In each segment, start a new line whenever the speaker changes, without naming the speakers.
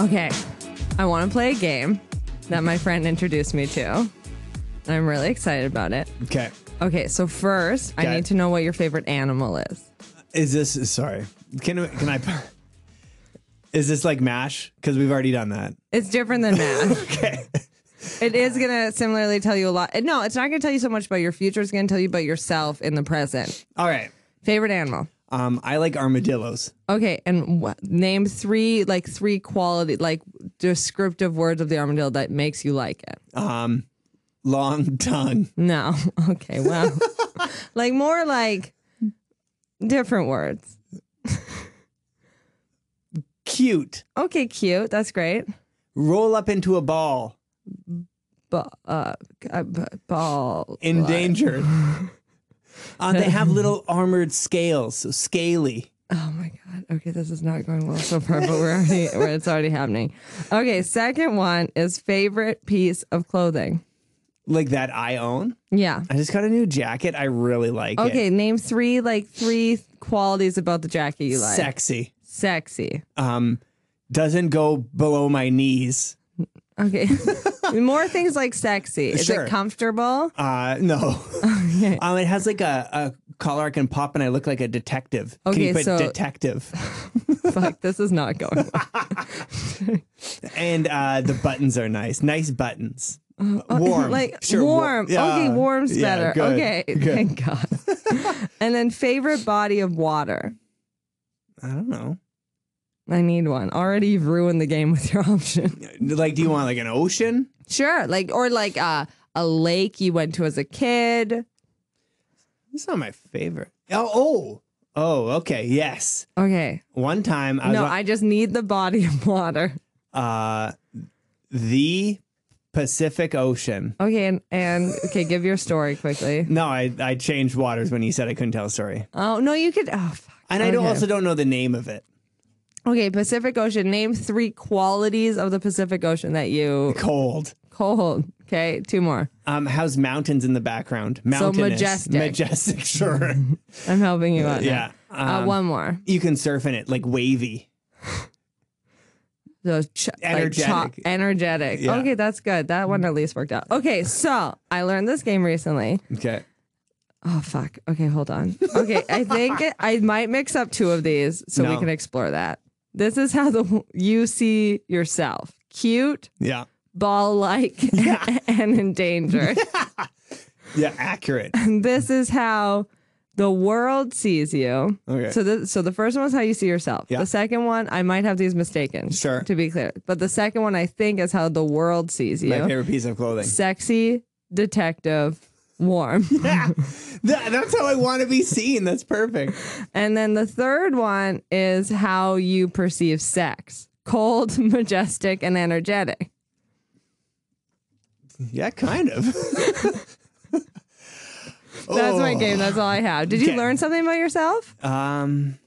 Okay, I want to play a game that my friend introduced me to. And I'm really excited about it.
Okay.
Okay, so first, I
Okay.
need to know what your favorite animal is.
Is this sorry? Can can I? Is this like Mash? Because we've already done that.
It's different than math.
Okay.
it is going to similarly tell you a lot. No, it's not going to tell you so much about your future. It's going to tell you about yourself in the present.
All right.
Favorite animal.
Um, I like armadillos.
Okay, and wha name three like three quality like descriptive words of the armadillo that makes you like it.
Um, long tongue.
No, okay, well, like more like different words.
Cute.
Okay, cute. That's great.
Roll up into a ball.
Ba- uh, g- uh, b- ball.
Endangered. Uh, they have little armored scales, so scaly.
Oh my god. Okay, this is not going well so far, but we're already we're, it's already happening. Okay, second one is favorite piece of clothing.
Like that I own.
Yeah.
I just got a new jacket. I really like it.
Okay, name three like three qualities about the jacket you like.
Sexy.
Sexy.
Um, doesn't go below my knees.
Okay. More things like sexy. Is
Sure.
it comfortable?
Uh, no. Um, it has like a, a collar I can pop, and I look like a detective. can
Okay,
you put
so-
detective?
Fuck, this is not going well.
And uh, the buttons are nice. Nice buttons. warm.
Uh, Like
Sure, wa-
warm. Okay,
yeah,
warm's
yeah,
better.
good,
Okay,
good.
thank God. and then favorite body of water.
I don't know.
I need one. Already you've ruined the game with your option.
Like, do you want like an ocean?
Sure. Like or like uh, a lake you went to as a kid.
It's not my favorite. Oh, oh, oh. Okay, yes.
Okay.
One time I was
no,
on-
I just need the body of water.
uh, the Pacific Ocean.
Okay, and, and okay, give your story quickly.
No, I, I changed waters when you said I couldn't tell a story,
Oh no, you could oh fuck.
and I don't,
Okay.
also don't know the name of it.
Okay, Pacific Ocean. Name three qualities of the Pacific Ocean that you
Cold.
cold. Okay, two more.
Um, how's mountains in the background? Mountainous.
majestic.
Majestic, sure.
I'm helping you out.
yeah.
now. uh,
Um,
one more.
You can surf in it, like wavy.
So ch- Like
energetic.
chop- energetic.
Yeah.
Okay, that's good. That one at least worked out. Okay, so I learned this game recently.
Okay.
Oh fuck. Okay, hold on. Okay, I think it, I might mix up two of these so we
No.
can explore that. This is how the you see yourself: cute,
Yeah.
ball-like, and endangered.
Yeah. Accurate.
And this is how the world sees you.
Okay.
So the so the first one is how you see yourself.
Yeah.
The second one, I might have these mistaken.
Sure.
To be clear, but the second one I think is how the world sees
My
you.
favorite piece of clothing.
Sexy, detective, warm.
Yeah. That- that's how I want to be seen. That's perfect.
and then the third one is how you perceive sex. Cold, majestic, and energetic.
Yeah, kind of.
That's my game. That's all I have. Did you
Oh. Okay.
learn something about yourself?
Um,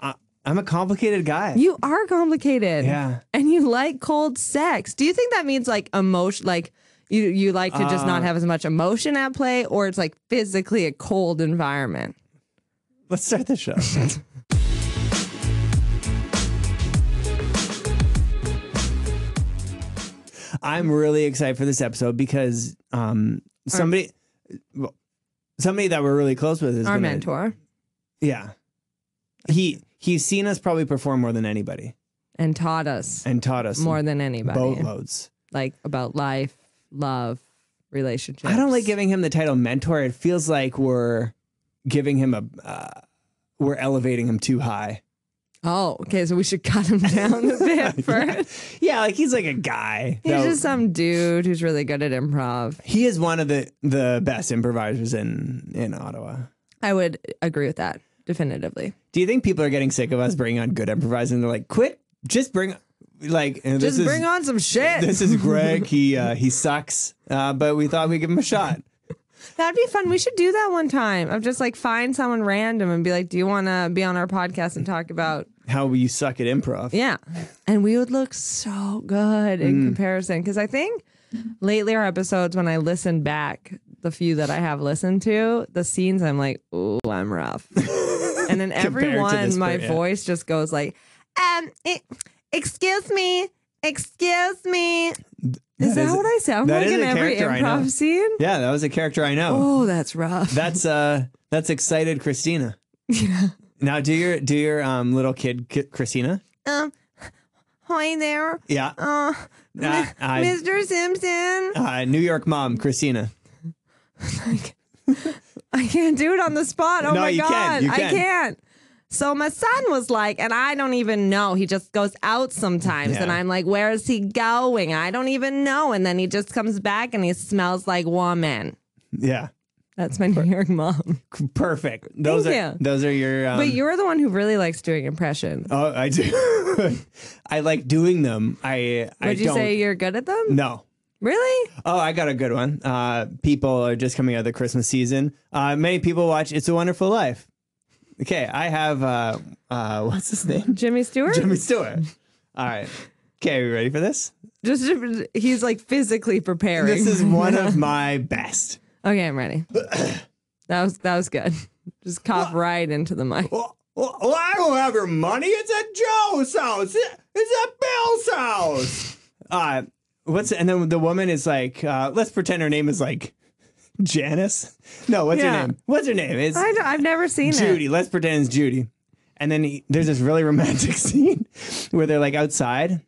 I, I'm a complicated guy.
You are complicated.
Yeah.
And you like cold sex. Do you think that means like emotion like you you like to just
Uh.
not have as much emotion at play or it's like physically a cold environment?
Let's start the show. I'm really excited for this episode because um, somebody, well, somebody that we're really close with is
Our
gonna-
mentor
Yeah, he he's seen us probably perform more than anybody
and taught us
and taught us
more than anybody
boatloads.
like about life, love, relationships.
I don't like giving him the title mentor. It feels like we're giving him a uh, we're elevating him too high.
Oh, okay, so we should cut him down a bit first.
Yeah, like he's like a guy.
He's
that-
just some dude who's really good at improv.
he is one of the the best improvisers in in Ottawa.
I would agree with that definitively.
Do you think people are getting sick of us bringing on good improvising? They're like, quit, just bring like and
Just
this
bring
is,
on some shit.
This is Greg. he uh, he sucks, uh, but we thought we'd give him a shot.
That'd be fun. We should do that one time. Of just like find someone random and be like, "Do you want to be on our podcast and talk about?"
How you suck at improv?
Yeah, and we would look so good in
Mm.
comparison. Because I think lately our episodes, when I listen back, the few that I have listened to, the scenes, I'm like, "Ooh, I'm rough," and then
Compared to
everyone,
this
my
per- yeah.
voice just goes like, "Um, eh, e, excuse me." Excuse me. Is that what I sound
that
like
is
in
a
every
character I know.
improv scene?
Yeah, that was a character I know.
Oh, that's rough.
That's uh, that's excited Christina.
yeah.
Now do your do your um little kid K- Christina.
Um, hi there.
Yeah,
Uh,
Nah,
Mi-
I-
Mr. Simpson.
uh, New York mom Christina.
Like, I can't do it on the spot. Oh
No,
my
you
god,
can. You
I
can.
can't. So my son was like, and I don't even know. He just goes out sometimes, and
Yeah.
I'm like, where is he going? I don't even know. And then he just comes back, and he smells like woman.
Yeah,
That's my New York mom.
C- perfect. Those
Thank
are
you.
those are your. Um,
but you're the one who really likes doing impressions.
Oh, I do. I like doing them. I I
Would you
don't.
say you're good at them?
no.
Really?
Oh, I got a good one. Uh, people are just coming out of the Christmas season. Uh, many people watch It's a Wonderful Life. Okay, I have uh, uh, what's his name?
Jimmy Stewart?
Jimmy Stewart. All right. Okay, are you ready for this?
Just he's like physically preparing.
This is one of my best.
okay, I'm ready. that was that was good. Just cough right into the mic.
Well, well, I don't have your money. It's at Joe's house. It's at Bill's house. Uh, what's and then the woman is like, uh, let's pretend her name is like Janice. No, what's
Yeah.
her name? What's her name? It's
I have never seen
Judy.
it.
Let's pretend it's Judy. And then he, there's this really romantic scene where they're like outside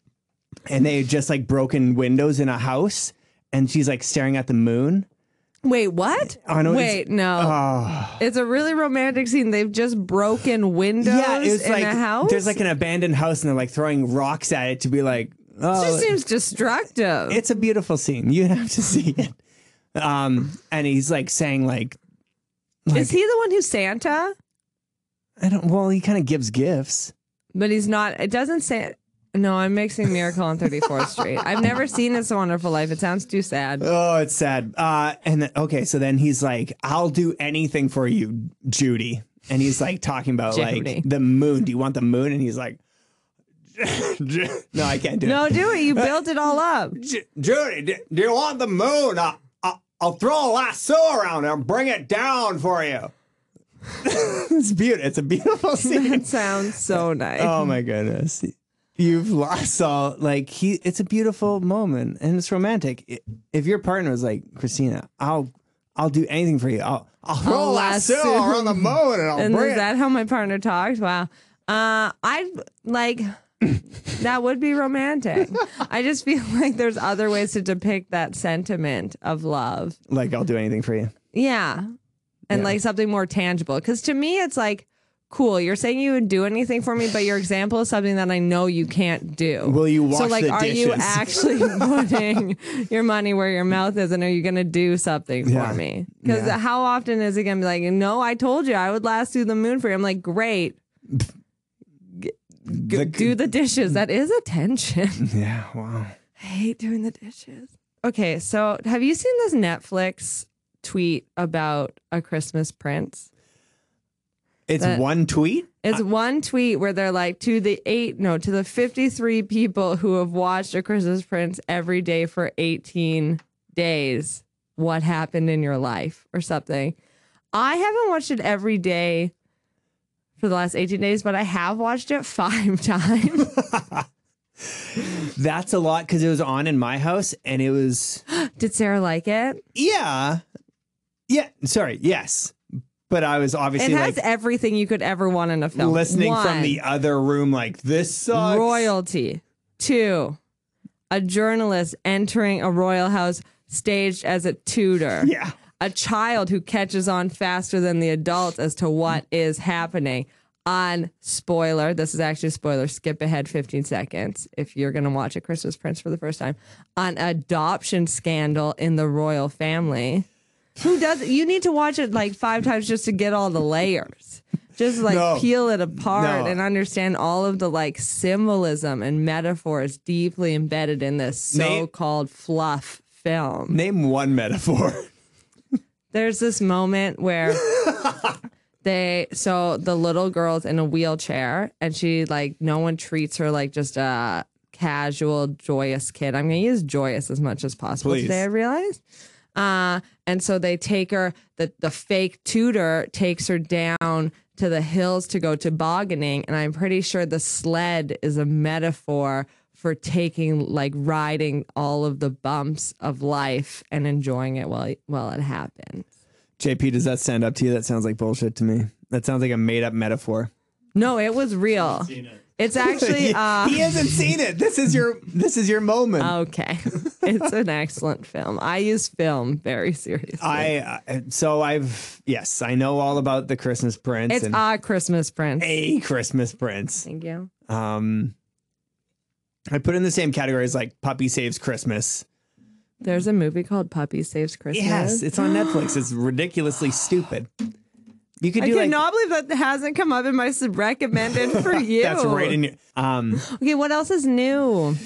and they had just like broken windows in a house and she's like staring at the moon.
Wait, what?
I know it's- Ah.
Wait, no. it's a really romantic scene. They've just broken windows
Yeah, it's
in
like
a house.
there's like an abandoned house and they're like throwing rocks at it to be like,
it
oh,
just seems destructive.
it's a beautiful scene. You have to see it. Um, and he's like saying like,
Is he the one who's Santa?
I don't. Well, he kind of gives gifts.
But he's not. It doesn't say. No, I'm mixing Miracle on 34th Street. I've never seen It's a Wonderful Life. It sounds too sad.
Oh, it's sad. Uh, and then, okay, so then he's like, "I'll do anything for you, Judy." And he's like talking about
Judy.
like the moon. Do you want the moon? And he's like, "No, I can't do it."
No, do it.
uh,
You built it all up.
J- Judy, d- do you want the moon? I'll, I'll, I'll throw a lasso around and bring it down for you. it's beautiful. It's a beautiful scene.
It sounds so nice.
oh my goodness, you've lost all. Like he, it's a beautiful moment and it's romantic. I- If your partner was like Christina, I'll, I'll do anything for you. I'll, I'll throw
I'll
a lasso
lasso.
around the moon and I'll
and
bring
is
it.
that how my partner talked? Wow. Uh, I like that would be romantic. I just feel like there's other ways to depict that sentiment of love.
like I'll do anything for you.
Yeah. And
Yeah.
like something more tangible. Because to me, it's like, cool, you're saying you would do anything for me, but your example is something that I know you can't do.
Will you
So,
wash
like,
the
are you
dishes?
actually putting your money where your mouth is? And are you going to do something
Yeah.
for me? Because
Yeah.
how often is it going to be like, no, I told you I would last through the moon for you? I'm like, great, g-
The-
do the dishes. That is attention.
yeah. Wow.
I hate doing the dishes. Okay. So, have you seen this Netflix tweet about a Christmas prince?
It's
That-
one tweet.
It's one tweet where they're like to the eight no to the 53 people who have watched a Christmas Prince every day for 18 days. What happened in your life or something? I haven't watched it every day for the last 18 days, but I have watched it five times.
That's a lot because it was on in my house and it was
Did Sarah like it?
yeah, yeah. Sorry, yes, but I was
It
obviously
has
like
everything you could ever want in a film.
listening from
One,
the other room. Like this sucks.
royalty. Two, a journalist entering a royal house staged as a tutor.
Yeah,
a child who catches on faster than the adults as to what is happening. On spoiler, this is actually a spoiler. Skip ahead 15 seconds if you're going to watch A Christmas Prince for the first time. On adoption scandal in the royal family. Who does You need to watch it like five times just to get all the layers. Just like
No.
peel it apart
No.
and understand all of the like symbolism and metaphors deeply embedded in this
Nate-
so called fluff film
name one metaphor.
there's this moment where they so the little girl's in a wheelchair and she like no one treats her like just a casual joyous kid i'm gonna use joyous as much as possible
Please.
today i realized uh, and so they take her the, the fake tutor takes her down to the hills to go tobogganing and i'm pretty sure the sled is a metaphor for taking like riding all of the bumps of life and enjoying it while while it happens.
JP, does that stand up to you? That sounds like bullshit to me. That sounds like a made up metaphor.
No, it was real. It's actually uh, Um,
he hasn't seen it. This is your this is your moment.
okay. It's an excellent film. I use film very seriously.
I I- so I've yes, I know all about the Christmas Prince
it's
and
a Christmas Prince.
a Christmas Prince.
Thank you.
Um, I put in the same category as like Puppy Saves Christmas.
There's a movie called Puppy Saves Christmas.
Yes, it's on Netflix. It's ridiculously stupid. You could
I
do like
cannot believe that hasn't come up in my sub- recommended for you.
that's right in your um
Okay, what else is new?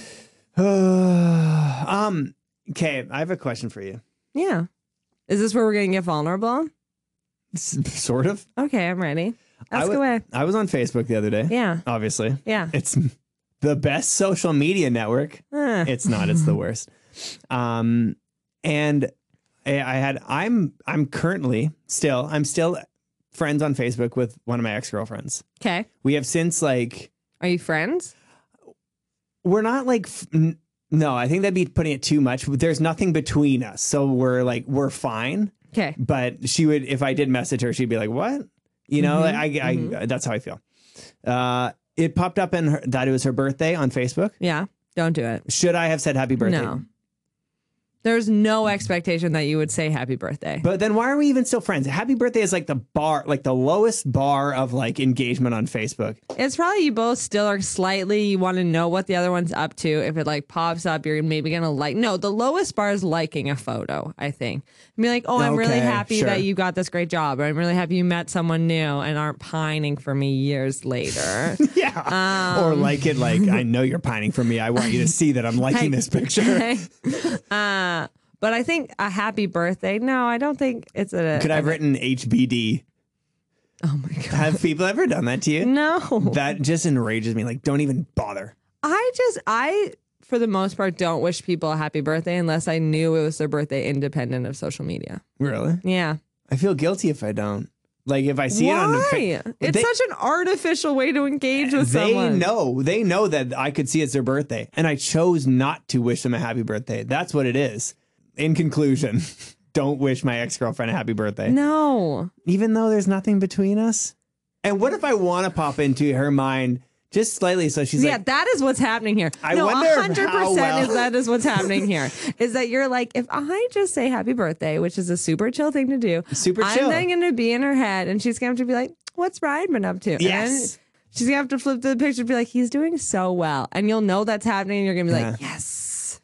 um. Okay, I have a question for you.
Yeah. Is this where we're going to get vulnerable?
S- sort of.
Okay, I'm ready. Ask
wa-
away.
I was on Facebook the other day.
Yeah.
Obviously,
Yeah.
it's the best social media network.
Huh.
It's not. It's the worst. Um, and I, I had. I'm. I'm currently still. I'm still friends on Facebook with one of my ex girlfriends.
Okay.
We have since like
Are you friends?
we're not like. F- n- no, I think that'd be putting it too much. There's nothing between us, so we're like we're fine.
Okay.
But she would, if I did message her, she'd be like, "What?" You know,
Mhm,
I, I, I. That's how I feel. Uh, it popped up in her, that it was her birthday on Facebook.
Yeah. Don't do it.
Should I have said happy birthday?
No. There's no expectation that you would say happy birthday.
But then why are we even still friends? Happy birthday is like the bar, like the lowest bar of like engagement on Facebook.
It's probably you both still are slightly. You want to know what the other one's up to. If it like pops up, you're maybe gonna like. No, the lowest bar is liking a photo. I think. I mean, like, oh, I'm really
Okay,
happy
sure.
that you got this great job, or I'm really happy you met someone new and aren't pining for me years later.
Yeah.
Um,
or like it like, I know you're pining for me. I want you to see that I'm liking this picture.
Okay? uh, but I think a happy birthday. No, I don't think it's a.
Could I have written HBD?
oh my god.
Have people ever done that to you?
No,
That just enrages me. Like, don't even bother.
I just I. For the most part, don't wish people a happy birthday unless I knew it was their birthday independent of social media.
Really?
Yeah.
I feel guilty if I don't. Like, if I see it on the
Why?
fa-
it's
They-
such an artificial way to engage with
they
someone.
know they know that I could see it's their birthday, and I chose not to wish them a happy birthday. That's what it is. In conclusion, don't wish my ex girlfriend a happy birthday,
No.
even though there's nothing between us. And what if I want to pop into her mind just slightly, so she's
Yeah,
like,
that is what's happening here.
I
no,
wonder how
100%
well-
is that is what's happening here. Is that you're like, if I just say happy birthday, which is a super chill thing to do,
Super
I'm
chill.
then going to be in her head and she's going to have to be like, what's Ryan up to? And
Yes.
she's going to have to flip to the picture and be like, he's doing so well. And you'll know that's happening and you're going to be like, yes.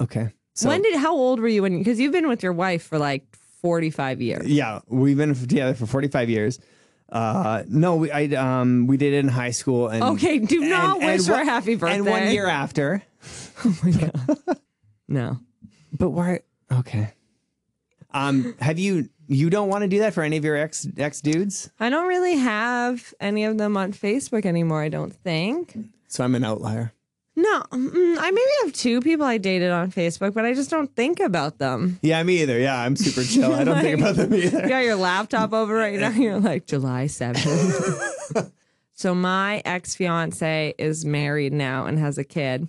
okay. So
when did, how old were you when, because you've been with your wife for like 45 years.
yeah, we've been together for 45 years. Uh, no, we I um we did it in high school and
Okay, do not
and- and
wish her
one-
a happy birthday.
and one year after.
No.
But why? Okay. Um, have you you don't want to do that for any of your ex ex dudes?
I don't really have any of them on Facebook anymore, I don't think.
So I'm an outlier.
No, mm, I maybe have two people I dated on Facebook, but I just don't think about them.
Yeah, me either. Yeah, I'm super chill. I don't think about them
You
either.
got your laptop over right now, you're like July 7th. so my ex fiance is married now and has a kid.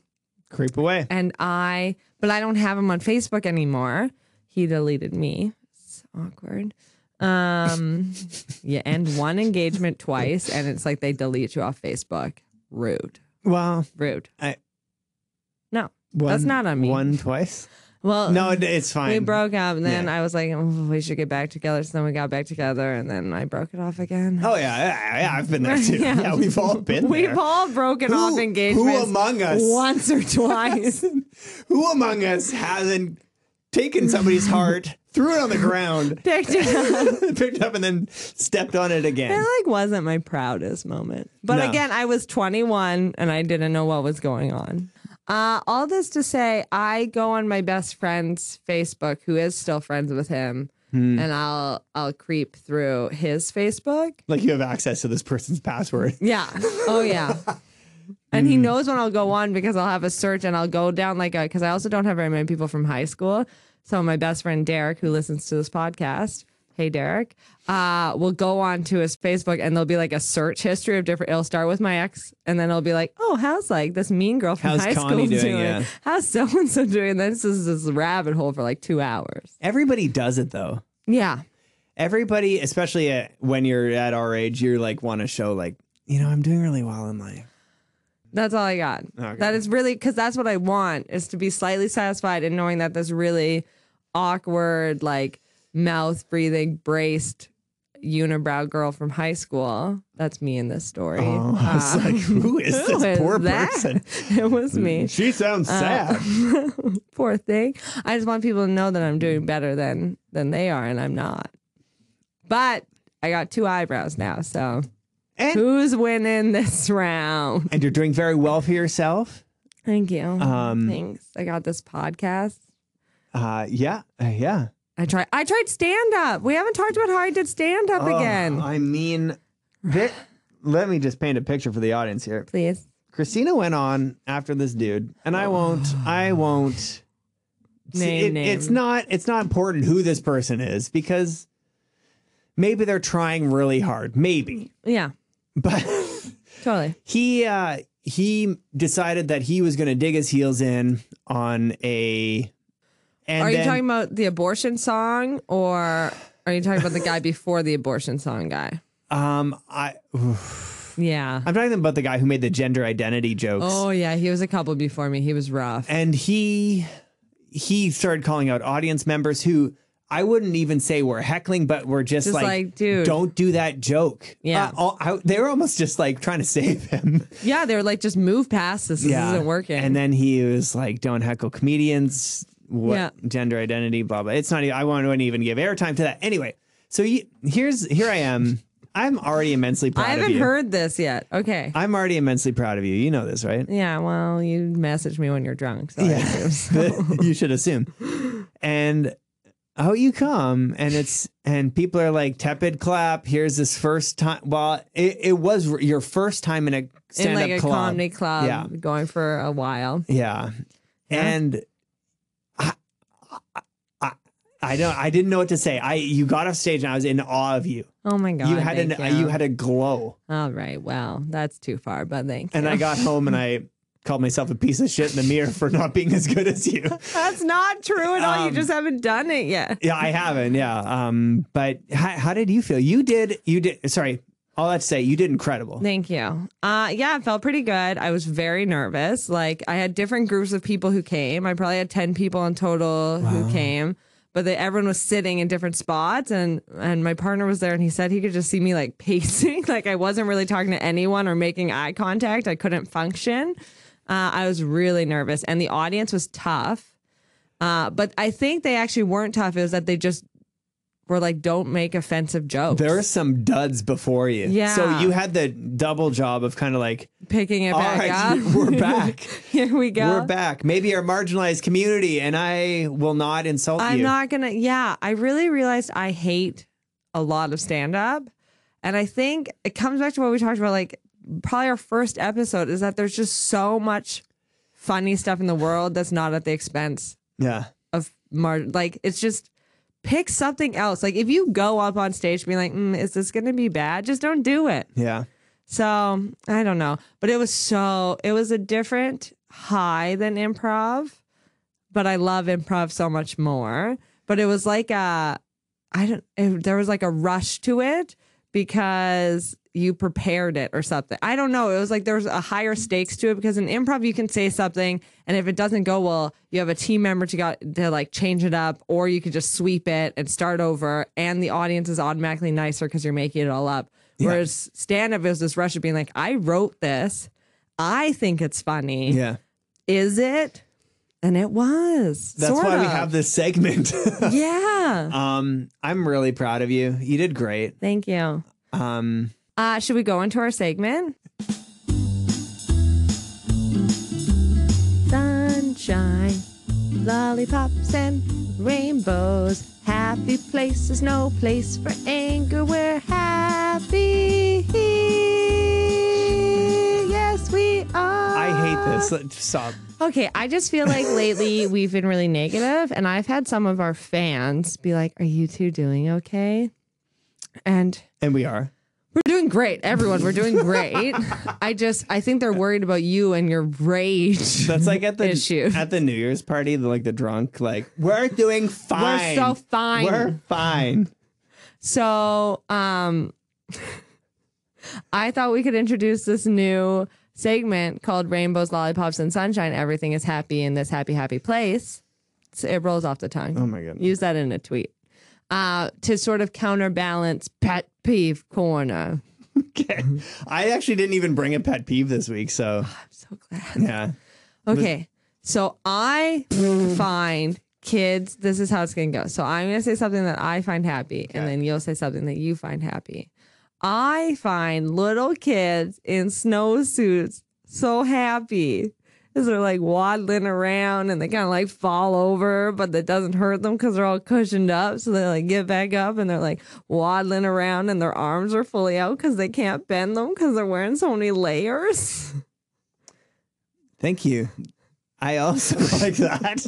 Creep away.
and I, but I don't have him on Facebook anymore. He deleted me. It's awkward. Um, you end one engagement twice, and it's like they delete you off Facebook. Rude,
Well,
rude.
I-
no,
one,
that's not on me.
One twice.
well,
No, it-
we
it's fine.
broke up, and then I was like, oh, we should get back together. So then we got back together, and then I broke it off again.
oh yeah, yeah, yeah, I've been there too.
Yeah.
yeah. we've all been
We've
Oh, there.
all broken
Who-
off
who
engagements.
among us?
Once or twice.
Who among us hasn't taken somebody's heart, threw it on the ground,
Picked it up.
picked it up, and then stepped on it again?
It like wasn't my proudest moment. But
No.
again, I was 21 and I didn't know what was going on. Uh, all this to say, I go on my best friend's Facebook, who is still friends with him,
Hmm.
and I'll I'll creep through his Facebook.
Like you have access to this person's password.
Yeah. Oh yeah. And he knows when I'll go on because I'll have a search and I'll go down like uh, a because I also don't have very many people from high school. So my best friend Derek, who listens to this podcast, Hey Derek, uh, will go on to his Facebook and there'll be like a search history of different. It'll start with my ex, and then it'll be like, oh, how's like this mean girl from
How's
high
Connie
school
doing?
doing?
Yeah.
How's so and so doing? This is this rabbit hole for like two hours.
Everybody does it though.
Yeah,
Everybody, especially at, when you're at our age, you're like want to show like, you know, I'm doing really well in life.
that's all I got.
Okay.
That is really because that's what I want is to be slightly satisfied in knowing that this really awkward, like mouth breathing, braced unibrow girl from high school. That's me in this story.
Oh, I was
Uh,
like, who is
who
this
is
poor
that?
person? Mm. Uh,
It was me.
She sounds sad.
Poor thing. I just want people to know that I'm doing better than than they are, and I'm not. But I got two eyebrows now, so
And,
who's winning this round?
and you're doing very well for yourself.
Thank you.
Um,
Thanks. I got this podcast.
Uh, yeah, uh, yeah.
I tried. I tried stand up. We haven't talked about how I did stand up
Oh,
again.
I mean, thi- let me just paint a picture for the audience here.
Please.
Christina went on after this dude, and I won't. I won't.
Name,
it- It's
name.
not. It's not important who this person is because maybe they're trying really hard. Maybe,
Yeah.
but
Totally.
he uh, he decided that he was going to dig his heels in on a. And
are you
then-
talking about the abortion song, or are you talking about the guy before the abortion song guy?
Um, I
Yeah.
I'm talking about the guy who made the gender identity jokes.
Oh yeah, he was a couple before me. He was rough.
and he he started calling out audience members who I wouldn't even say were heckling, but were just,
Just
like,
like, dude.
don't do that joke.
Yeah.
Uh, all- I- they were almost just like trying to save him.
Yeah, they were like, just move past this. This isn't working.
And then he was like, don't heckle comedians. What
Yeah.
gender identity? Blah blah. It's not. e- I wouldn't even give airtime to that. Anyway, so you, here's here I am. I'm already immensely proud
I
of
haven't
you.
heard this yet. Okay.
I'm already immensely proud of you. You know this, right?
yeah. Well, you message me when you're drunk. So yeah.
you should assume. And out you come, and it's and people are like tepid clap. Here's this first time. Well, it, it was r- your first time in a
in
stand
like a
club.
comedy club,
Yeah.
going for a while.
Yeah, and I, I, I don't. I didn't know what to say. I you got off stage, and I was in awe of you.
Oh my god.
you had an uh,
thank
you. had a glow,
All right. Well, that's too far, but thank
and
you.
I got home, and I called myself a piece of shit in the mirror for not being as good as you.
that's not true at all. you
Um,
just haven't done it yet.
Yeah, I haven't. Yeah. Um, but how, how did you feel? You did. You did. Sorry. All that to say, you did incredible.
Thank you. Uh, yeah, it felt pretty good. I was very nervous. Like I had different groups of people who came. I probably had ten people in total who came, but they, everyone was sitting in different spots. And and my partner was there, and he said he could just see me like pacing. like I wasn't really talking to anyone or making eye contact. I couldn't function. Uh, I was really nervous, and the audience was tough. Uh, but I think they actually weren't tough. It was that they just were like, "Don't make offensive jokes."
There were some duds before you.
Yeah.
So you had the double job of kind of like,
picking it
all
back
right,
up.
we're back.
Here we go.
We're back. Maybe our marginalized community, and I will not insult
I'm
you.
not gonna. Yeah, I really realized I hate a lot of stand up, and I think it comes back to what we talked about. Like probably our first episode is that there's just so much funny stuff in the world that's not at the expense
yeah.
of mar. Like it's just pick something else. Like if you go up on stage being like, mm, "Is this gonna be bad?" Just don't do it.
Yeah.
So I don't know, but it was so it was a different high than improv, but I love improv so much more. But it was like a, I don't, it, there was like a rush to it because you prepared it or something. I don't know. It was like there's a higher stakes to it because in improv you can say something and if it doesn't go well, you have a team member to got to like change it up or you could just sweep it and start over and the audience is automatically nicer because you're making it all up. Whereas stand up is this rush of being like, I wrote this. I think it's funny.
Yeah.
Is it? And it was.
That's
sort
why we
of.
have this segment.
yeah.
um, I'm really proud of you. You did great.
Thank you.
Um,
Uh, should we go into our segment? Sunshine, lollipops, and rainbows. Happy place is no place for anger. We're happy. Yes, we are. Ah.
I hate this. Just let- stop.
Okay, I just feel like lately we've been really negative, and I've had some of our fans be like, "Are you two doing okay?" And
And we are.
we're doing great, everyone. We're doing great. I just, I think they're worried about you and your rage.
That's like at the
Issue.
at the New Year's party, the, like the drunk, like we're doing fine.
so fine."
We're fine.
So, um, I thought we could introduce this new segment called Rainbows, Lollipops, and Sunshine. Everything is happy in this happy, happy place. So it rolls off the tongue.
Oh my goodness.
Use that in a tweet uh, to sort of counterbalance pet peeve corner.
Okay. I actually didn't even bring a pet peeve this week, so
I'm so glad.
yeah.
Okay. So I find kids, this is how it's going to go. So I'm going to say something that I find happy, and then you'll say something that you find happy. I find little kids in snowsuits so happy. Because they're like waddling around and they kind of like fall over, but that doesn't hurt them because they're all cushioned up. So they like get back up and they're like waddling around and their arms are fully out because they can't bend them because they're wearing so many layers.
Thank you. I also like that.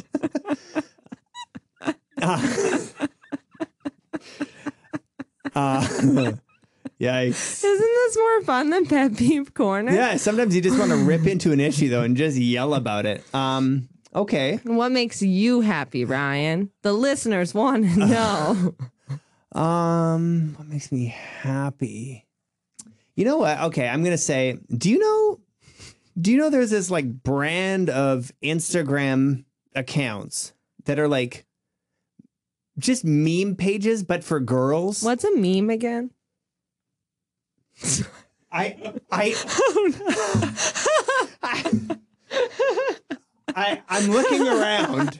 uh, uh, yikes.
Isn't this more fun than Pet Peeve Corner?
Yeah, sometimes you just want to rip into an issue though and just yell about it. Um, okay.
And What makes you happy, Ryan? The listeners want to know.
Um, what makes me happy? You know what? Okay, I'm gonna say. Do you know? Do you know there's this like brand of Instagram accounts that are like just meme pages, but for girls?
What's a meme again?
I I
Oh,
I I'm looking around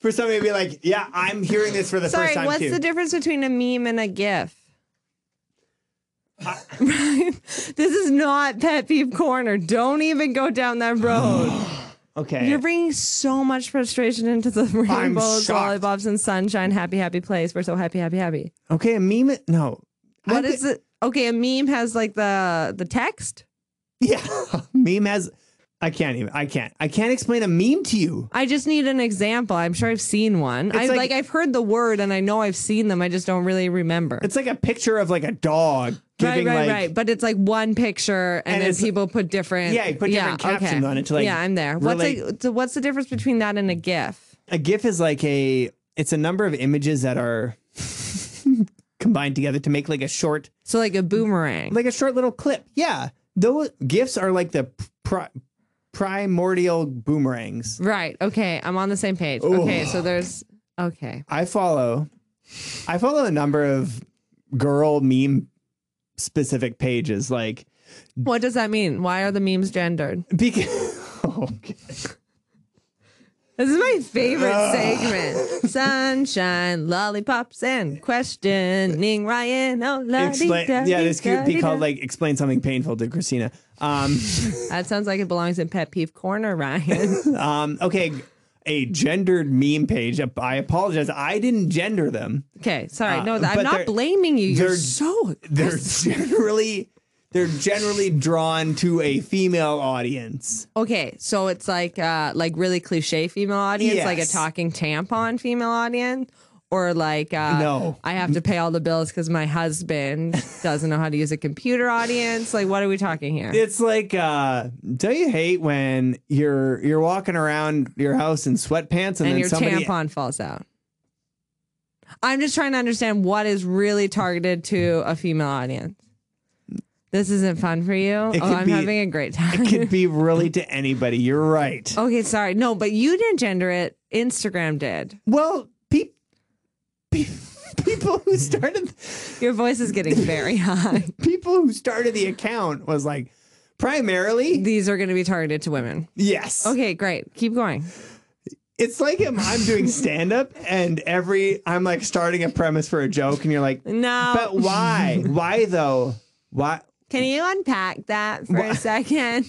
for somebody to be like, yeah, I'm hearing this for the
Sorry,
first time
what's
too.
the difference between a meme and a GIF? Ryan, this is not Pet Peeve Corner. Don't even go down that
Oh,
road.
okay.
You're bringing so much frustration into the rainbows,
shocked.
lollipops, and sunshine. Happy, happy place. We're so happy, happy, happy.
okay, a meme. No. I
What
thi-
is it? Okay, a meme has like the the text.
Yeah. meme has I can't even I can't. I can't explain a meme to you.
I just need an example. I'm sure I've seen one. I
like-
like, I've heard the word and I know I've seen them. I just don't really remember.
It's like a picture of like a dog
Right,
giving
right,
like
right. But it's like one picture, and,
And
then
it's-
people put different.
Yeah, you put different captions on it to, like,
yeah, I'm there. What's a, so what's the difference between that and a GIF?
a GIF is like a it's a number of images that are combined together to make like a short
So like a boomerang.
like a short little clip. Yeah, those gifts are like the pri- primordial boomerangs.
right. Okay, I'm on the same page. Okay, so there's okay.
I follow, I follow a number of girl meme specific pages, like
What does that mean? Why are the memes gendered?
because oh, okay.
This is my favorite
Ah.
segment. Sunshine, lollipops, and questioning Ryan. Oh,
Explain,
la-dee-da,
yeah, this could be
dee-da-dee-da.
called like explain something painful to Christina. Um,
That sounds like it belongs in pet peeve corner, Ryan.
um, okay, a gendered meme page. I apologize, I didn't gender them.
okay, sorry.
Uh,
no, th-
but
I'm
they're-
not blaming you. You're
they're-
so
They're generally they're generally drawn to a female audience.
okay. So it's like uh like really cliche female audience, like a
Yes.
talking tampon female audience. Or like, uh,
No.
I have to pay all the bills because my husband doesn't know how to use a computer. Audience, like, what are we talking here?
It's like, uh, don't you hate when you're you're walking around your house in sweatpants and,
and
then
your
somebody
tampon falls out. I'm just trying to understand what is really targeted to a female audience. This isn't fun for you.
It
oh,
could
I'm
be-
having a great time.
it could be really to anybody. You're right.
okay, sorry. No, but you didn't gender it. Instagram did.
Well, pe- pe- people who started
Your voice is getting very high.
people who started the account was like primarily
These are going to be targeted to women.
yes.
Okay, great. Keep going.
It's like I'm, I'm doing stand up and every I'm like starting a premise for a joke and you're like,
No.
but why? Why though? Why?
Can you unpack that for a second?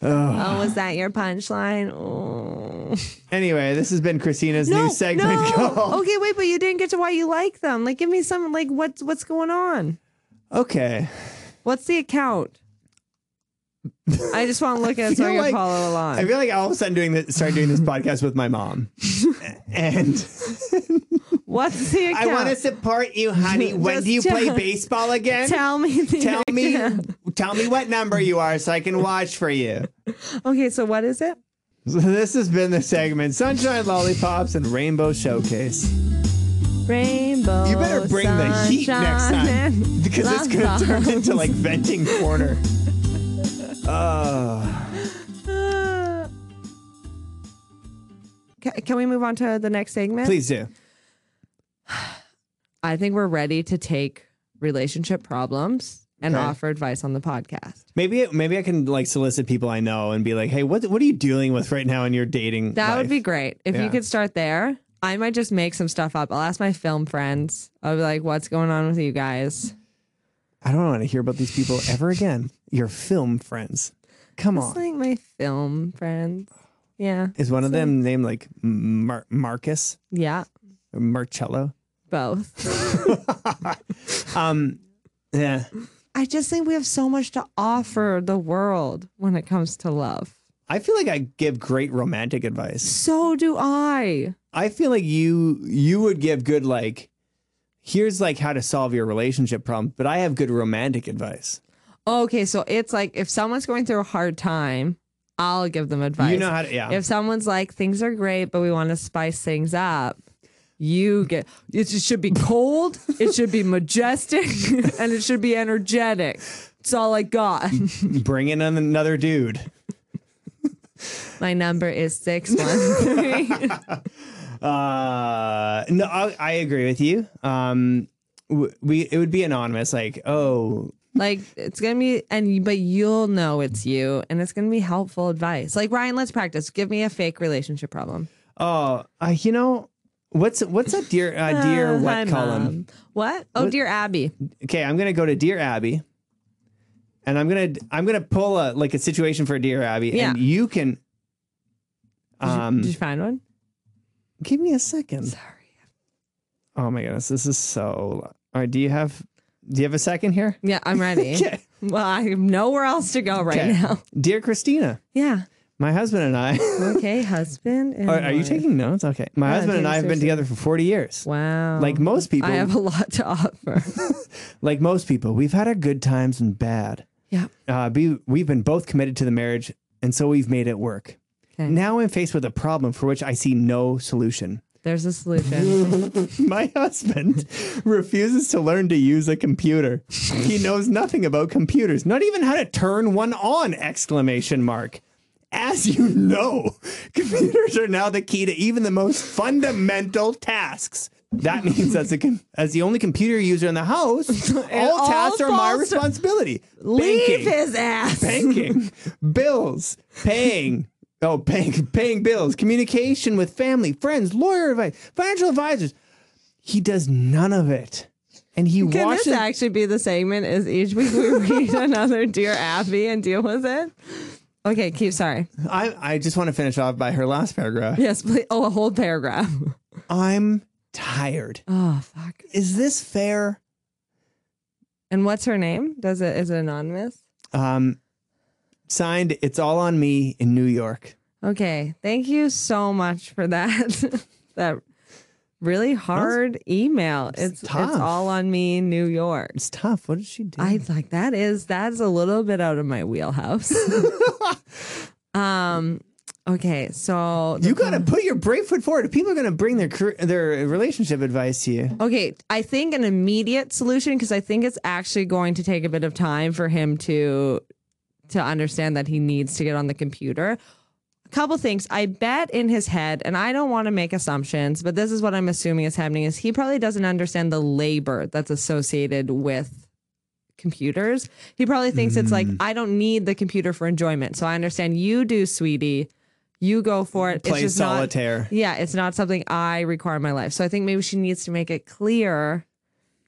oh, was that your punchline? Oh.
Anyway, this has been Christina's new segment called.
Okay, wait, but you didn't get to why you like them. Like, give me some. Like, what's what's going on?
Okay.
What's the account? I just want to look at it so I
feel
can
like-
follow along.
I feel like I all of a sudden doing this, started doing this podcast with my mom, and
What's the
I
account?
want to support you, honey. When
Just
do you play
tell-
baseball again?
Tell me. The
Tell me,
account.
tell me what number you are, so I can watch for you.
Okay, so what is it?
So this has been the segment: Sunshine Lollipops and Rainbow Showcase.
Rainbow.
You better bring the heat next
Oh, sunshine
time
and
because it's going to turn into like venting corner. Oh,
love. Ca- Can we move on to the next segment?
please do.
I think we're ready to take relationship problems and
Okay.
offer advice on the podcast.
Maybe maybe I can like solicit people I know and be like, hey, what what are you dealing with right now in your dating?
That
life?
would be great if
Yeah.
you could start there. I might just make some stuff up. I'll ask my film friends. I'll be like, "What's going on with you guys?"
I don't want to hear about these people ever again. Your film friends. Come
It's
on.
like my film friends. Yeah,
Is one of them named like Mar- Marcus
yeah,
or Marcello?
both.
Um, yeah.
I just think we have so much to offer the world when it comes to love.
I feel like I give great romantic advice.
So do I.
I feel like you you would give good like here's like how to solve your relationship problem, but I have good romantic advice.
Okay, so it's like if someone's going through a hard time, I'll give them advice.
You know how to yeah.
If someone's like, things are great, but we want to spice things up, you get it just should be cold, it should be majestic, and it should be energetic. It's all I got.
Bring in another dude.
My number is 613.
Uh, no, I, I agree with you. Um, w- we it would be anonymous, like oh,
like it's gonna be and but you'll know it's you and it's gonna be helpful advice. Like Ryan, let's practice. Give me a fake relationship problem.
oh, uh, you know what's what's a dear uh, dear
Uh, hi,
what column?
Mom. What? Oh dear Abby.
Okay, I'm gonna go to dear Abby, and I'm gonna I'm gonna pull a like a situation for dear Abby,
Yeah.
and you can.
Did you-
Um,
did you find one?
give me a second.
Sorry.
Oh my goodness, this is so. All right, do you have do you have a second here?
Yeah, I'm ready.
Okay.
Well, I have nowhere else to go right
Okay.
now.
Dear Christina,
Yeah.
my husband and I.
Okay, husband. And
Are, are you
wife.
taking notes? Okay. My
Yeah,
husband
take
and
it
I have been
seriously.
together for 40 years.
Wow.
Like most people,
I have a lot to offer.
like most people, we've had our good times and bad.
yeah.
Uh, be, we've been both committed to the marriage, and so we've made it work.
Okay.
Now I'm faced with a problem for which I see no solution.
There's a solution.
My husband refuses to learn to use a computer. He knows nothing about computers, not even how to turn one on! Exclamation mark. As you know, computers are now the key to even the most fundamental tasks. That means as a com- as the only computer user in the house, all,
all
tasks are my
falls to-
responsibility.
Leave
Banking
his ass.
banking, bills, paying. Oh, bank, paying bills, communication with family, friends, lawyer advice, financial advisors. He does none of it. And he
Can
watches.
this actually be the segment? Is each week we read another Dear Abby and deal with it? Okay, keep sorry.
I, I just want to finish off by her last paragraph.
Yes, please. Oh, a whole paragraph.
I'm tired.
Oh, fuck.
Is this fair?
And what's her name? Does it is it anonymous?
Um, signed, It's All on Me in New York.
Okay. Thank you so much for that. that really hard email. It's it's
tough.
all on me, New York.
It's tough. What did she do?
I like that is that's a little bit out of my wheelhouse. um okay, so the
you got to put your brave foot forward. If People are going to bring their career, their relationship advice to you.
Okay, I think an immediate solution because I think it's actually going to take a bit of time for him to to understand that he needs to get on the computer. A couple things. I bet in his head, and I don't want to make assumptions, but this is what I'm assuming is happening is he probably doesn't understand the labor that's associated with computers. He probably thinks it's like I don't need the computer for enjoyment. So I understand you do, sweetie. You go for it.
Play
it's just not-
solitaire.
yeah, it's not something I require in my life. So I think maybe she needs to make it clear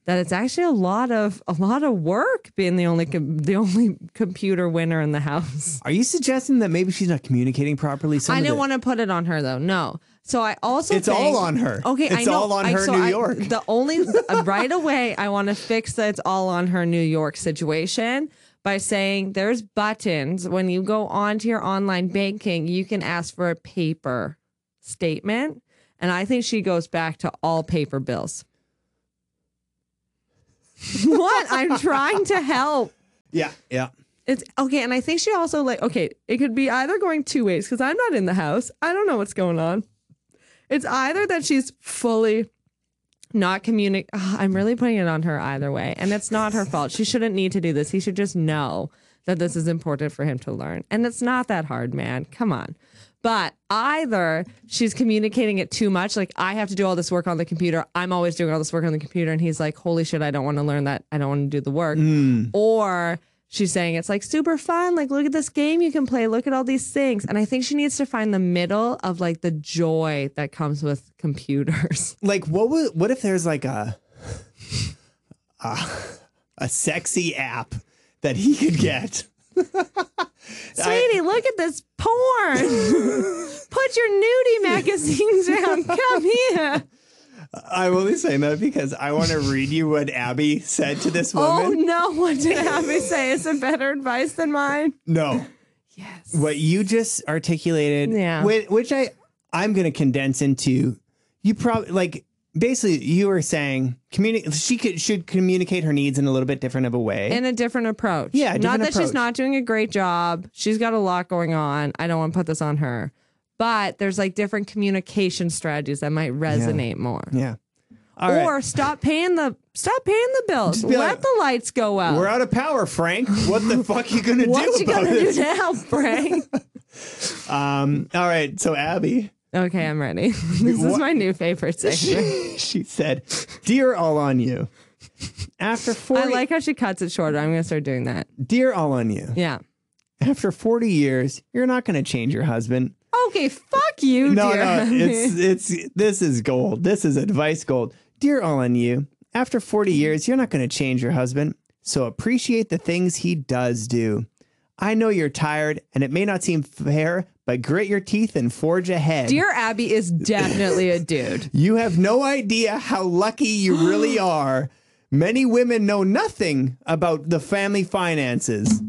that it's actually a lot of a lot of work being the only com- the only computer winner in the house.
Are you suggesting that maybe she's not communicating properly? Some
I
of
didn't
the-
want to put it on her though. No. So I also
It's
think-
all on her.
Okay, I
It's
know.
all on
I-
her
so
New
I- uh,
York.
The only right away I want to fix that it's all on her New York situation, by saying there's buttons when you go onto your online banking, you can ask for a paper statement. And I think she goes back to all paper bills. what? I'm trying to help.
Yeah. Yeah.
It's okay. And I think she also like, okay, it could be either going two ways because I'm not in the house. I don't know what's going on. It's either that she's fully not communicating. I'm really putting it on her either way. And it's not her fault. She shouldn't need to do this. He should just know that this is important for him to learn. And it's not that hard, man. Come on. But either she's communicating it too much, like I have to do all this work on the computer. I'm always doing all this work on the computer. And he's like, holy shit, I don't want to learn that. I don't want to do the work. Or she's saying it's like super fun. Like, look at this game you can play. Look at all these things. And I think she needs to find the middle of like the joy that comes with computers.
Like what would what if there's like a a, a sexy app that he could get?
Sweetie, look at this porn. Put your nudie magazines down. Come here.
I'm only saying that because I want to read you what Abby said to this
Oh
woman.
no, what did Abby say? Is it better advice than mine?
No.
Yes.
What you just articulated,
Yeah.
whi- which I I'm going to condense into you probably like basically you were saying communi- she could should communicate her needs in a little bit different of a way.
In a different approach.
Yeah, a
not
different
that she's
approach.
not doing a great job. She's got a lot going on. I don't want to put this on her. But there's like different communication strategies that might resonate more.
yeah. All right.
or stop paying the stop paying the bills.
be
Let
like,
the lights go out.
We're out of power, Frank. What the fuck you gonna
what
do
you
about
gonna
it?
do now, Frank?
Um, all right, so Abby,
okay, I'm ready. this is
What-
my new favorite segment.
she, she said, "Dear all on you." After
I
forty,
like how she cuts it shorter. I'm gonna start doing that.
dear all on you.
Yeah.
After forty years, you're not gonna change your husband.
Okay, fuck you,
No,
dear.
no,
honey.
it's it's this is gold. This is advice gold. Dear all on you. After forty years, you're not gonna change your husband. So appreciate the things he does do. I know you're tired, and it may not seem fair, but grit your teeth and forge ahead.
dear Abby is definitely a dude.
You have no idea how lucky you really are. Many women know nothing about the family finances.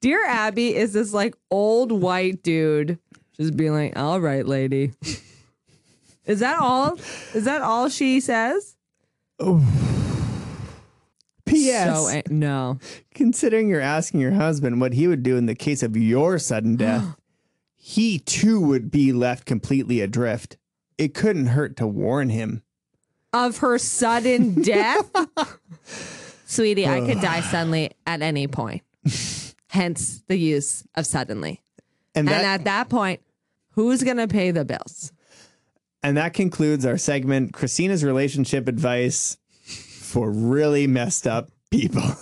Dear Abby is this like old white dude just being like, all right, lady. Is that all? Is that all she says?
P.S.
So, eh, no.
considering you're asking your husband what he would do in the case of your sudden death, he too would be left completely adrift. It couldn't hurt to warn him.
Of her sudden death? Sweetie, I could die suddenly at any point. Hence the use of suddenly.
And
And
that
at that point, who's going to pay the bills?
and that concludes our segment Christina's relationship advice for really messed up people.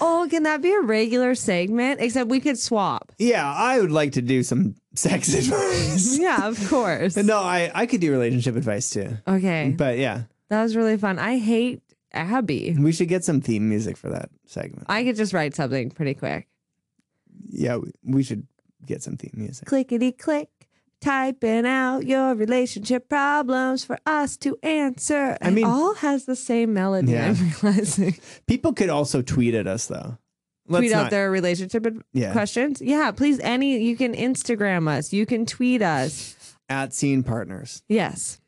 Oh, can that be a regular segment? Except we could swap.
yeah, I would like to do some sex advice.
Yeah, of course.
No, I, I could do relationship advice too.
Okay.
But yeah,
That was really fun. I hate Abby.
we should get some theme music for that segment.
I could just write something pretty quick.
Yeah, we- we should get some theme music.
Clickety click, typing out your relationship problems for us to answer. I
mean-
it all has the same melody.
Yeah.
I'm realizing.
People could also tweet at us though. Let's
tweet
not-
out their relationship ad-
Yeah.
questions. Yeah, please. Any you can Instagram us. You can tweet us.
at scene partners.
Yes.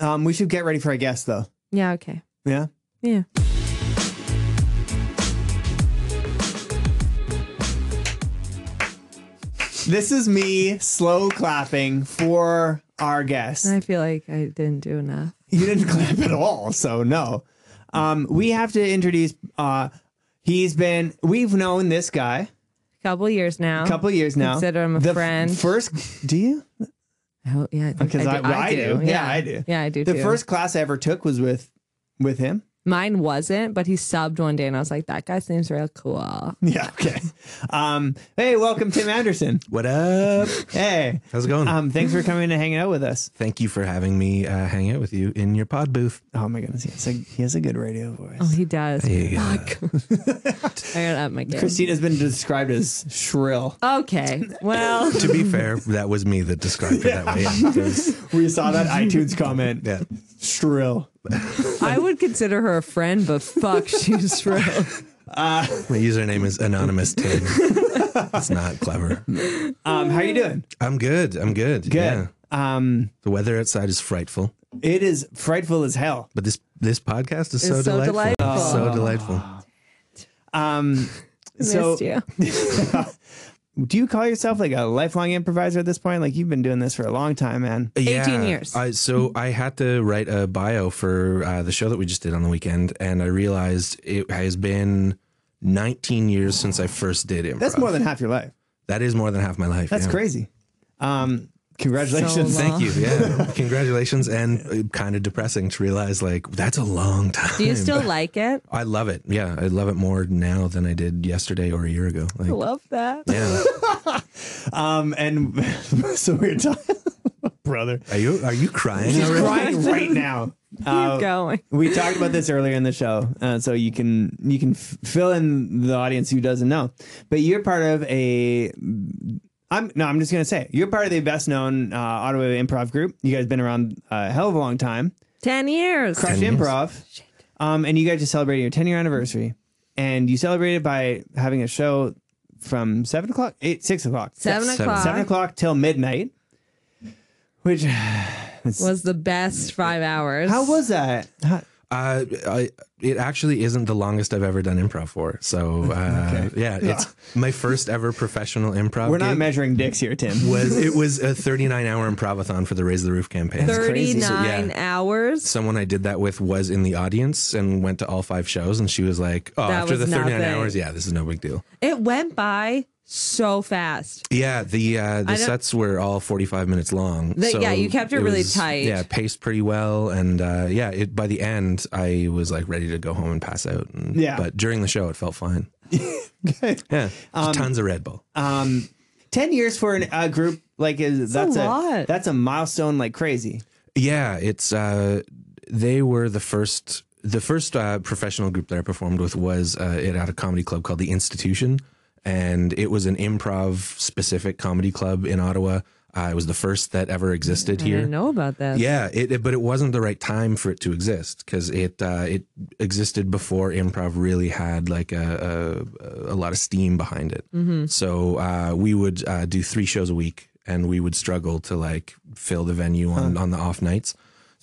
Um, we should get ready for our guest though.
Yeah. Okay.
Yeah.
Yeah.
This is me slow clapping for our guest.
I feel like I didn't do enough.
You didn't clap at all, so no. Um, we have to introduce. Uh, he's been. We've known this guy
Couple years now.
a couple years now.
Consider him a
The f-
friend.
First, do you?
Oh, yeah. I think
Because I,
do.
well, I, do. Yeah, I do.
Yeah, I do
The
too.
first class I ever took was with with him.
Mine wasn't, but he subbed one day, and I was like, "That guy seems real cool."
Yeah. Okay. Um, hey, welcome, Tim Anderson.
What up?
Hey.
How's it going?
Um, thanks for coming and hanging out with us.
Thank you for having me uh, hang out with you in your pod booth.
Oh my goodness, he has a, he has a good radio voice.
Oh, he does.
Hey, uh,
I gotta up my game.
Christina's been described as shrill.
Okay. Well,
to be fair, that was me that described it that way. Yeah, it was-
We saw that iTunes comment.
yeah.
Shrill.
I I would consider her a friend, but fuck, she's rough.
My username is anonymous Tim. it's not clever.
Um, how you doing?
I'm good. I'm good.
Good. Um,
The weather outside is frightful,
it is frightful as hell.
but this this podcast is
It's
so,
so
delightful.
delightful.
It's so delightful.
Um, so
Missed you.
do you call yourself like a lifelong improviser at this point? Like you've been doing this for a long time, man.
18 years.
I, so I had to write a bio for uh, the show that we just did on the weekend, and I realized it has been 19 years since I first did improv.
That's more than half your life.
that is more than half my life.
That's
yeah.
crazy. Um, congratulations.
So long.
Thank you. Yeah. Congratulations. And uh, kind of depressing to realize like that's a long time.
Do you still like it?
I love it. Yeah. I love it more now than I did yesterday or a year ago. Like,
I love that.
yeah.
Um, and so we're talking, brother.
Are you are you crying
He's
already?
crying right now. Uh,
Keep going.
we talked about this earlier in the show, uh, so you can you can f- fill in the audience who doesn't know. But you're part of a. I'm no, I'm just gonna say it. you're part of the best known uh, Ottawa improv group. You guys been around a hell of a long time.
10 years.
Crush
years.
Improv. Um, and you guys just celebrated your 10 year anniversary, and you celebrated by having a show from seven o'clock, eight, six o'clock,
Seven
Seven.
o'clock
seven o'clock till midnight. Which
was the best five hours.
how was that? How-
Uh, I, it actually isn't the longest I've ever done improv for. So uh, yeah, it's my first ever professional improv.
We're not
gig
measuring dicks here, Tim.
was it was a 39 hour improvathon for the Raise the Roof campaign.
crazy.
39
Yeah.
hours?
Someone I did that with was in the audience and went to all five shows, and she was like, "Oh,
That
after the
was
39
nothing.
hours, yeah, this is no big deal."
It went by so fast.
Yeah, the uh, the
don't-
sets were all 45 minutes long.
The- yeah, you kept it really tight.
Yeah, paced pretty well, and uh, yeah, it, by the end, I was like ready to go home and pass out. And,
Yeah.
but during the show, it felt fine. Yeah, just tons of Red Bull.
um, ten years for an, a group like is that's a,
lot.
that's a milestone like crazy.
Yeah, it's uh, they were the first. The first uh, professional group that I performed with was uh, it at a comedy club called the Institution, and it was an improv specific comedy club in Ottawa. Uh, it was the first that ever existed
I
here.
didn't know about that.
Yeah, it, it- but it wasn't the right time for it to exist because it uh, it existed before improv really had like a a, a lot of steam behind it. So uh, we would uh, do three shows a week, and we would struggle to like fill the venue on on the off nights.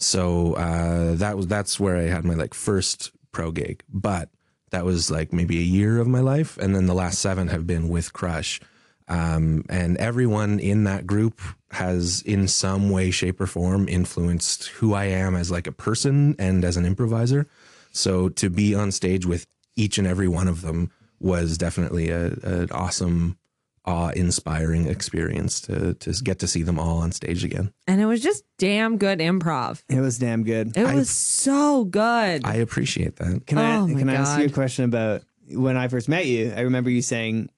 So uh, that was that's where I had my like first pro gig, but that was like maybe a year of my life, and then the last seven have been with Crush. Um, and everyone in that group has, in some way, shape, or form, influenced who I am as like a person and as an improviser. So to be on stage with each and every one of them was definitely a, an awesome, awe-inspiring experience to to get to see them all on stage again.
And it was just damn good improv.
It was damn good.
It was so good.
I appreciate that.
Can I
Oh my
can I ask you a
God.
question about when I first met you? I remember you saying,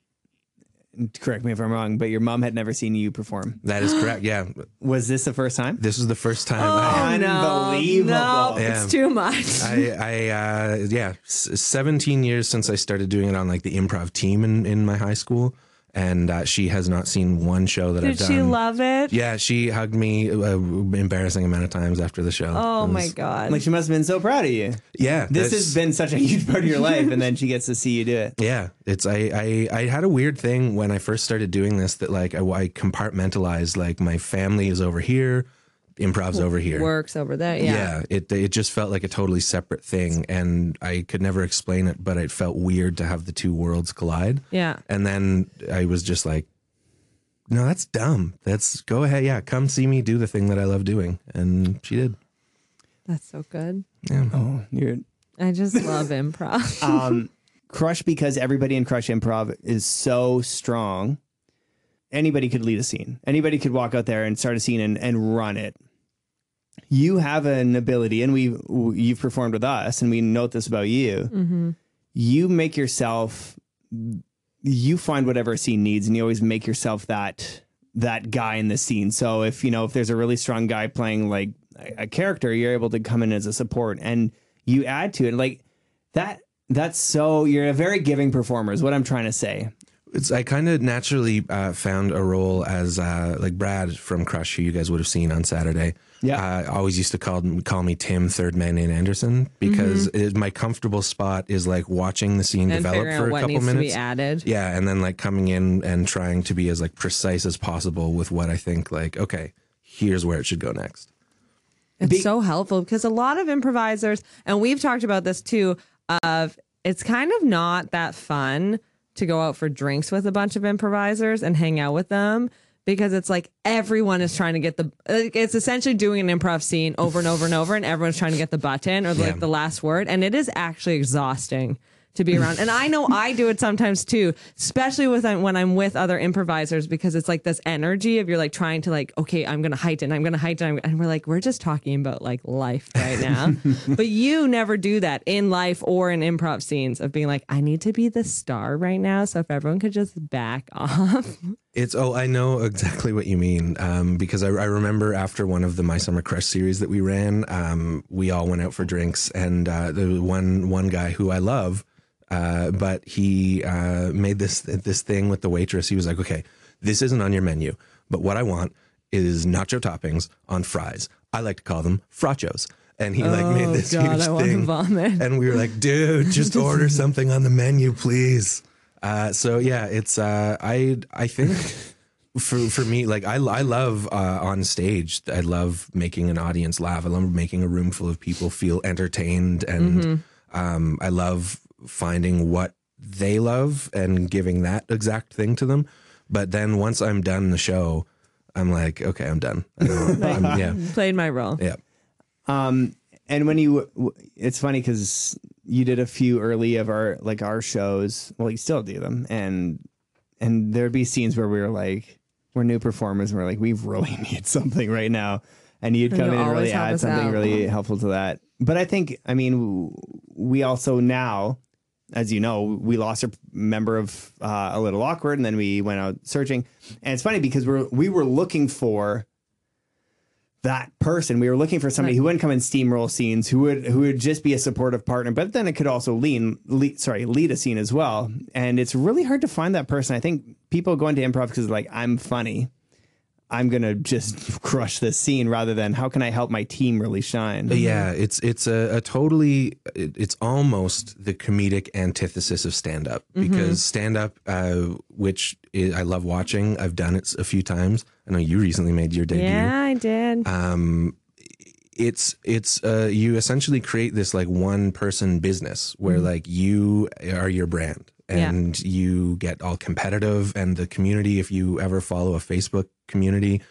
correct me if I'm wrong, but your mom had never seen you perform.
That is correct. Yeah,
Was this the first time?
this was the first time. I,
oh, no,
Unbelievable.
No,
Yeah.
It's too much.
I, I uh, yeah, s- 17 years since I started doing it on like the improv team in, in my high school. And uh, she has not seen one show that I've
Did
done.
she love it?
yeah, she hugged me uh, embarrassing amount of times after the show.
Oh
It
my
was-
God.
Like she must have been so proud of you.
Yeah,
This
that's-
has been such a huge part of your life, and then she gets to see you do it.
Yeah, it's I, I I had a weird thing when I first started doing this that like I, I compartmentalized like my family is over here, improv's over here.
Works over there.
yeah.
yeah.
it it just felt like a totally separate thing, and I could never explain it, but it felt weird to have the two worlds collide.
Yeah.
And then I was just like, no, that's dumb. That's go ahead. Yeah. Come see me do the thing that I love doing. And she did.
That's so good.
Oh, you're
I just love improv.
um, Crush because everybody in Crush Improv is so strong. Anybody could lead a scene. Anybody could walk out there and start a scene and, and run it. You have an ability, and we you've performed with us, and we note this about you. You make yourself. You find whatever a scene needs, and you always make yourself that that guy in the scene. So if you know if there's a really strong guy playing like a a character, you're able to come in as a support, and you add to it. Like that that's so you're a very giving performer is what i'm trying to say
It's I kind of naturally uh, found a role as uh, like Brad from Crush, who you guys would have seen on Saturday.
Yeah.
uh, always used to call call me Tim Third Man in Anderson because it, my comfortable spot is like watching the scene
Mm-hmm. and
develop
figuring
for
out
a
what
couple
needs to
minutes.
be added.
Yeah, and then like coming in and trying to be as like precise as possible with what I think. Like, okay, here's where it should go next.
It's
Be-
so helpful because a lot of improvisers, and we've talked about this too, of it's kind of not that fun to go out for drinks with a bunch of improvisers and hang out with them because it's like everyone is trying to get the like, it's essentially doing an improv scene over and over and over and everyone's trying to get the button or like the last word and it is actually exhausting to be around and i know i do it sometimes too especially with when i'm with other improvisers because it's like this energy of you're like trying to like okay i'm gonna heighten i'm gonna heighten and we're like we're just talking about like life right now but you never do that in life or in improv scenes of being like i need to be the star right now so if everyone could just back off
It's oh, I know exactly what you mean um, because I, I remember after one of the My Summer Crush series that we ran, um, we all went out for drinks, and uh, there was one one guy who I love, uh, but he uh, made this this thing with the waitress. He was like, "Okay, this isn't on your menu, but what I want is nacho toppings on fries. I like to call them frachos." And he like made this
Oh, God,
huge
I wanna
thing,
vomit.
and we were like, dude, just order something on the menu, please. Uh, so yeah, it's uh, I I think for for me, like I I love uh, on stage. I love making an audience laugh. I love making a room full of people feel entertained, and um, I love finding what they love and giving that exact thing to them. But then once I'm done the show, I'm like, okay, I'm done. I don't- I'm- yeah,
played my role
yeah.
Um, and when you, w- it's funny because you did a few early of our like our shows. Well, you still do them, and and there'd be scenes where we were like, we're new performers, and we're like, we really need something right now, and you'd come
you'll
in and
always
really
help
add
us
something
out. Uh-huh.
really helpful to that. But I think, I mean, w- we also now. As you know, we lost a member of uh, a little awkward, and then we went out searching. And it's funny because we're we were looking for that person. We were looking for somebody who wouldn't come and steamroll scenes, who would who would just be a supportive partner, but then it could also lean, lead, sorry, lead a scene as well. And it's really hard to find that person. I think people go into improv because like I'm funny, I'm gonna just crush this scene rather than how can I help my team really shine.
Mm-hmm.
Yeah, it's it's a, a totally it- it's almost the comedic antithesis of stand up
Mm-hmm.
because stand up, uh, which i I love watching, I've done it a few times. I know you recently made your debut.
yeah i did
It's it's uh, you essentially create this like one person business where like you are your brand
Mm-hmm. Yeah.
and you get all competitive and the community. If you ever follow a Facebook community,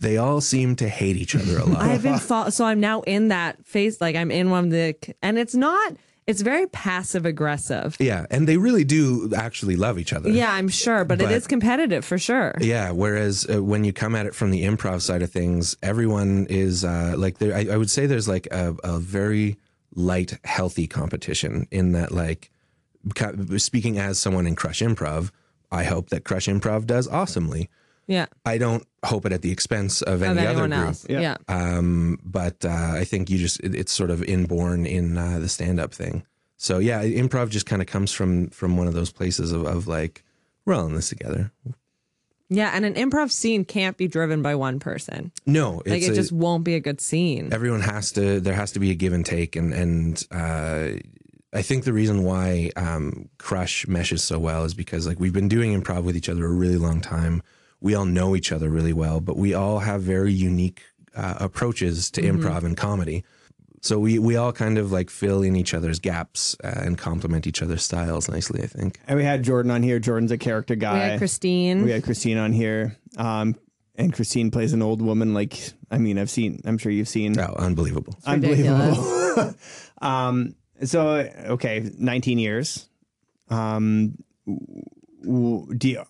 they all seem to hate each other a lot.
I've been fo- so I'm now in that phase. Like I'm in one of the, and it's not. It's very passive aggressive.
yeah, and they really do actually love each other.
Yeah, I'm sure, but,
But-
it is competitive for sure.
Yeah. Whereas uh, when you come at it from the improv side of things, everyone is uh, like there. I, I would say there's like a, a very light, healthy competition in that like ca- speaking as someone in Crush Improv. I hope that Crush Improv does awesomely.
Yeah,
I don't hope it at the expense
of
of any other
anyone
group.
else. Yeah.
Um, but uh, I think you just it, it's sort of inborn in uh, the stand up thing. So yeah, improv just kind of comes from from one of those places of, of like we're all in this together.
yeah, and an improv scene can't be driven by one person.
No,
Like
it's
it
a-
just won't be a good scene.
everyone has to there has to be a give and take and and uh I think the reason why um, Crush meshes so well is because like we've been doing improv with each other a really long time. We all know each other really well, but we all have very unique uh, approaches to improv and comedy. So we we all kind of like fill in each other's gaps uh, and complement each other's styles nicely. I think.
And we had Jordan on here. Jordan's a character guy.
We had Christine.
We had Christine on here. Um, and Christine plays an old woman. Like I mean, I've seen. I'm sure you've seen.
Oh, unbelievable!
unbelievable. um, so okay, 19 years. Um, w- do you,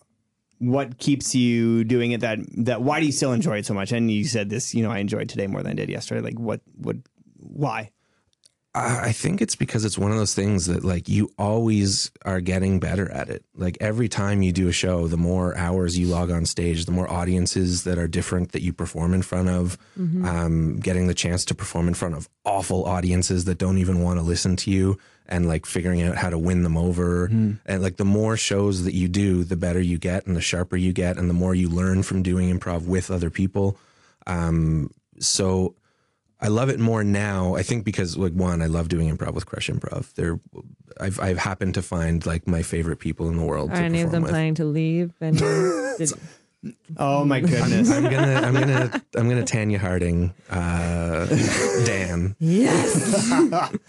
what keeps you doing it? That that why do you still enjoy it so much? And you said this, you know, I enjoyed today more than I did yesterday. Like what? What? Why?
I I think it's because it's one of those things that like you always are getting better at it. Like every time you do a show, the more hours you log on stage, the more audiences that are different that you perform in front of, um, getting the chance to perform in front of awful audiences that don't even want to listen to you and like figuring out how to win them over. And like the more shows that you do, the better you get and the sharper you get and the more you learn from doing improv with other people. Um, so I love it more now. I think because like one, I love doing improv with Crush Improv. There, I've I've happened to find like my favorite people in the world.
Are
to
any of them
perform with.
planning to leave? And did,
Oh my goodness.
I'm gonna I'm gonna I'm gonna Tanya Harding, uh, Dan.
yes.
Ugh.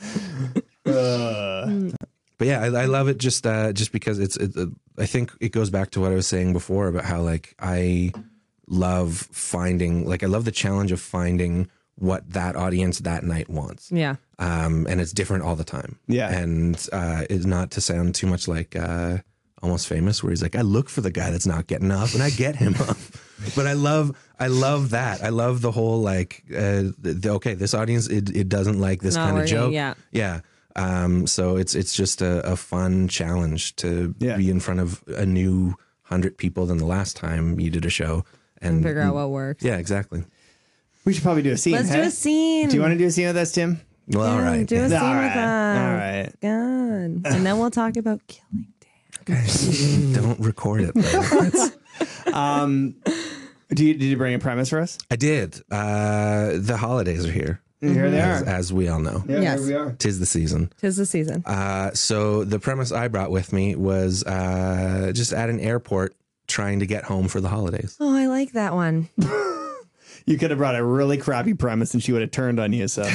But yeah, I, I love it just uh, just because it's. It, uh, I think it goes back to what I was saying before about how like I love finding like I love the challenge of finding what that audience that night wants.
Yeah.
um, and it's different all the time.
Yeah.
and uh, it's not to sound too much like uh, almost famous, where he's like, "I look for the guy that's not getting up, and I get him up." But I love, I love that. I love the whole like, uh, the, okay, this audience it, it doesn't like this
Not
kind of
working,
joke.
yeah.
yeah. Um, so it's it's just a, a fun challenge to
Yeah.
be in front of a new hundred people than the last time you did a show, and,
Figure out what works.
yeah, exactly.
We should probably do a scene.
Let's
hey?
do a scene.
Do you want to do a scene with us, Tim?
Well, all
Yeah,
right.
Do a scene
All
with
right. All
us.
right.
God. And then we'll talk about killing Dan.
Don't record it. Though.
Um, do you, did you bring a premise for us?
I did. Uh, the holidays are here,
Mm-hmm.
Here they
as,
are.
as we all know.
Yeah,
Yes.
here we are.
Tis the season.
Tis the season.
Uh, so the premise I brought with me was uh, just at an airport trying to get home for the holidays.
oh, I like that one.
You could have brought a really crappy premise and she would have turned on you. So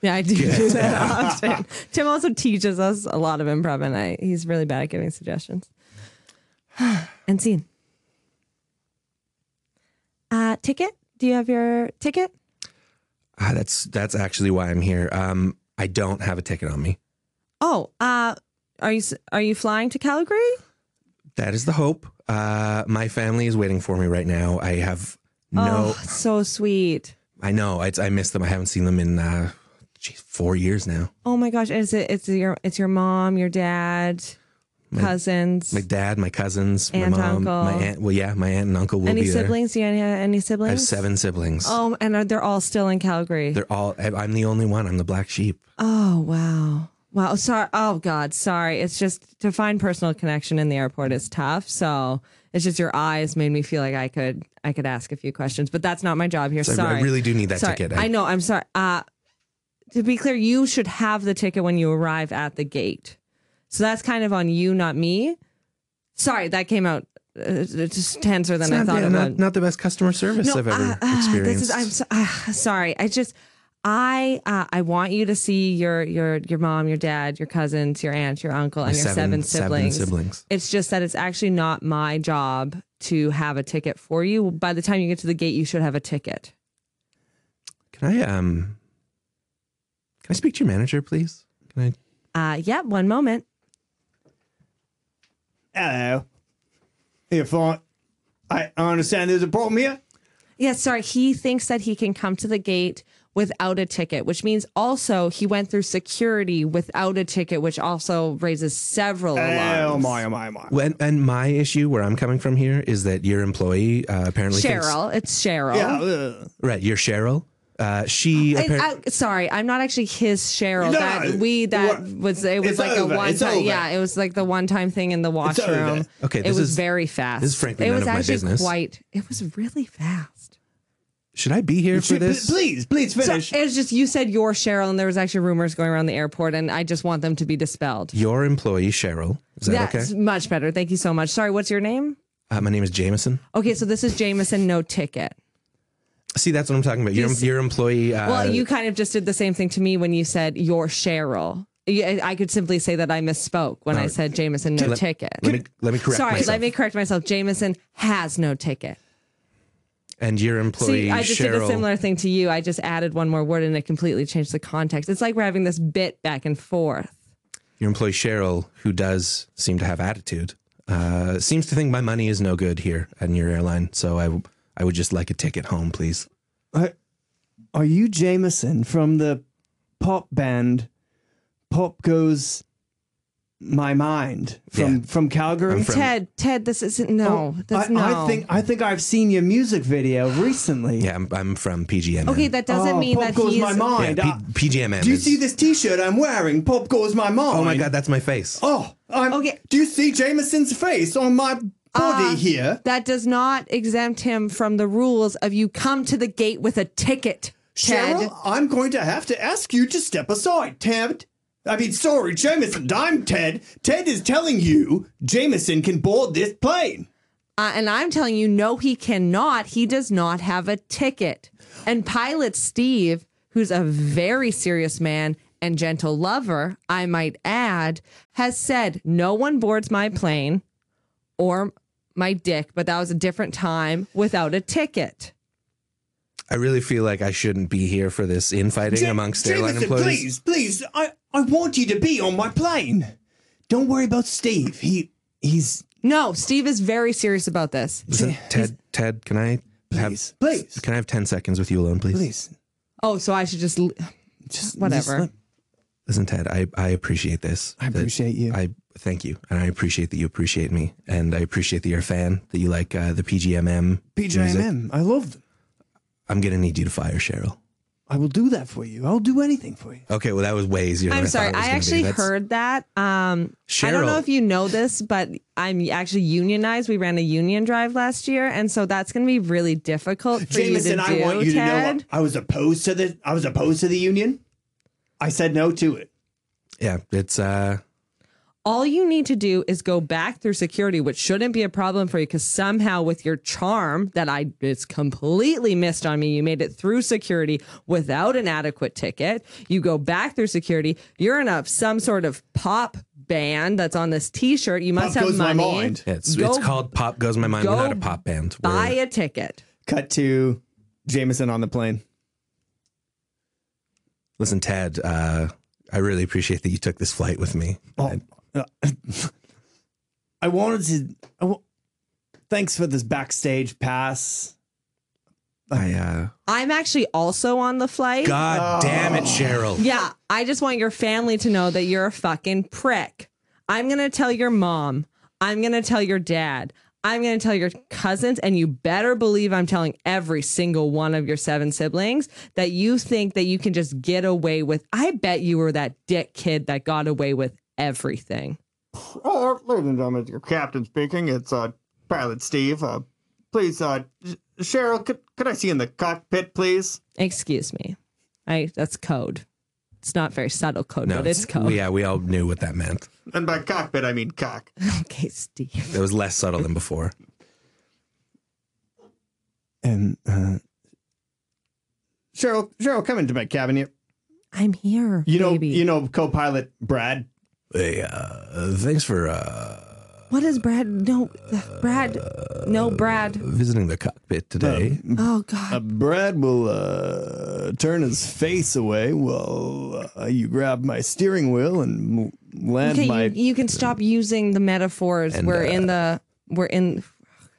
Yeah, I do do that often. Tim also teaches us a lot of improv, and I, he's really bad at giving suggestions. and scene. Uh, ticket? Do you have your ticket?
Ah, that's that's actually why I'm here. Um, I don't have a ticket on me.
Oh, uh, are you s- are you flying to Calgary?
That is the hope. Uh, my family is waiting for me right now. I have no.
Oh, so sweet.
I know. I, I miss them. I haven't seen them in uh, geez, four years now.
Oh my gosh, is it? It's your it's your mom, your dad, cousins,
My dad, my cousins,
Aunt,
my mom,
uncle.
my aunt. Well, yeah, my aunt and uncle will
any
be there.
siblings? Do you any, any siblings?
I have seven siblings.
Oh, and are, they're all still in Calgary.
They're all. I- I'm the only one. I'm the black sheep.
Oh wow. Wow. Sorry. Oh God. Sorry. It's just to find personal connection in the airport is tough. So it's just your eyes made me feel like I could I could ask a few questions, but that's not my job here.
So I-
sorry.
I really do need that
sorry.
ticket.
I know. I'm sorry. Uh, to be clear, you should have the ticket when you arrive at the gate. So that's kind of on you, not me. Sorry, that came out uh, just tenser than
It's
I
not,
thought
yeah,
it
not-
would.
not the best customer service I've ever
uh, uh, This
experienced.
is, I'm so, uh, sorry. I just, I, uh, I want you to see your, your, your mom, your dad, your cousins, your aunt, your uncle, and your seven, siblings.
siblings.
It's just that it's actually not my job to have a ticket for you. By the time you get to the gate, you should have a ticket.
Can I um? Can I speak to your manager, please? Can I?
Uh, yeah, one moment.
hello. If I, I understand there's a problem here.
Yeah, sorry. He thinks that he can come to the gate without a ticket, which means also he went through security without a ticket, which also raises several alarms.
Oh my, oh my, oh my.
When, and my issue, where I'm coming from here, is that your employee uh, apparently thinks-
Cheryl, it's Cheryl.
Yeah, uh, ugh.
right? Your Cheryl. Uh, she
I-
apparently.
I- sorry, I'm not actually his Cheryl.
No,
that we that
what-
was it was
it's
like
over,
a one
it's
time.
over.
Yeah, it was like the one time thing in the washroom.
over.
Okay,
it
this
was
is-
very fast.
this is frankly
it
none
was
of my
actually
business.
quite. It was really fast.
should I be here for
Should-
this?
Please, please
So
finish.
it was just you said your Cheryl, and there was actually rumors going around the airport, and I just want them to be dispelled.
Your employee, Cheryl. Is that
That's
okay?
much better. Thank you so much. Sorry, what's your name?
Uh, my name is Jameson.
Okay, so this is Jameson, no ticket.
See, that's what I'm talking about. Your
This-
your employee. Uh,
Well, you kind of just did the same thing to me when you said your Cheryl. Yeah, I could simply say that I misspoke when I said Jameson no ticket.
Uh, Let me let me correct
Sorry,
myself.
let me correct myself. Jameson has no ticket.
and your employee
See, I just
Cheryl.
did a similar thing to you. I just added one more word and it completely changed the context. It's like we're having this bit back and forth.
your employee Cheryl, who does seem to have attitude, uh, seems to think my money is no good here at your airline. So I I would just like a ticket home, please.
Are you Jameson from the pop band Pop goes my mind from
Yeah.
from Calgary.
I'm from-
Ted, Ted, this isn't no. that's
Oh, I,
no.
I think I think I've seen your music video recently.
Yeah, I'm, I'm from PGMN.
okay, that doesn't
Oh,
mean
Pop
that
goes
he's
my mind.
Yeah, P- PGMN.
Uh, Do you
is-
see this T-shirt I'm wearing? Pop goes my mind.
Oh my god, that's my face.
Oh, I'm,
Okay.
Do you see Jameson's face on my body
Uh,
here?
That does not exempt him from the rules of you come to the gate with a ticket, Ted.
Cheryl, I'm going to have to ask you to step aside, Ted. I mean, sorry, Jameson. I'm Ted. Ted is telling you Jameson can board this plane.
Uh, and I'm telling you, no, he cannot. He does not have a ticket. And pilot Steve, who's a very serious man and gentle lover, I might add, has said, no one boards my plane or my dick, but that was a different time without a ticket.
I really feel like I shouldn't be here for this infighting
Ja-
amongst airline
Jameson,
employees.
please, please, I, I want you to be on my plane. Don't worry about Steve. He he's
No, Steve is very serious about this.
Listen, Ted, Ted, can I have
please, please,
can I have ten seconds with you alone, please?
please.
Oh, so I should just. l-
Just
Whatever.
just let-
Listen, Ted, I, I appreciate this.
I appreciate you.
I thank you, and I appreciate that you appreciate me, and I appreciate that you're a fan, that you like uh, the PGMM. music.
PJMM. I love them.
I'm gonna need you to fire Cheryl.
I will do that for you. I'll do anything for you.
Okay, well that was way easier. than
I'm sorry.
thought it was
I
gonna be.
actually
That's-
heard that. Um, I don't know
Cheryl.
if you know this, but I'm actually unionized. We ran a union drive last year, and so that's going to be really difficult for you
Jameson,
to
I
do,
want you
Ted.
to know I was opposed to the I was opposed to the union. I said no to it.
Yeah, it's uh,
All you need to do is go back through security, which shouldn't be a problem for you because somehow with your charm that I it's completely missed on me, you made it through security without an adequate ticket. You go back through security, you're in a some sort of pop band that's on this t-shirt. You must
Pop
have
goes my
money.
mind.
it's
Go
it's called Pop Goes My Mind. We're
go
not a pop band. We're-
Buy a ticket.
Cut to Jameson on the plane.
Listen, Ted, uh, I really appreciate that you took this flight with me.
Oh. I wanted to. I wa- thanks for this backstage pass.
I uh,
I'm actually also on the flight.
God damn it, Cheryl.
Yeah, I just want your family to know that you're a fucking prick. I'm going to tell your mom. I'm going to tell your dad. I'm going to tell your cousins and you better believe I'm telling every single one of your seven siblings that you think that you can just get away with. I bet you were that dick kid that got away with everything.
Uh, ladies and gentlemen, it's your captain speaking. It's uh, Pilot Steve. Uh, please, uh, Sh- Cheryl, could, could I see you in the cockpit, please?
Excuse me. I that's code. It's not very subtle code, but it's, code.
yeah, we all knew what that meant.
And by cockpit, I mean cock.
Okay, Steve.
It was less subtle than before.
And uh, Cheryl, Cheryl, come into my cabin. You,
I'm here.
you know,
baby.
you know, co-pilot Brad.
Hey, uh, thanks for uh,
What is Brad? No, Brad. No, Brad.
visiting the cockpit today.
Oh God.
Uh, Brad will uh, turn his face away while uh, you grab my steering wheel and m- land
okay,
my. uh,
you, you can stop using the metaphors.
And,
we're in the. We're in.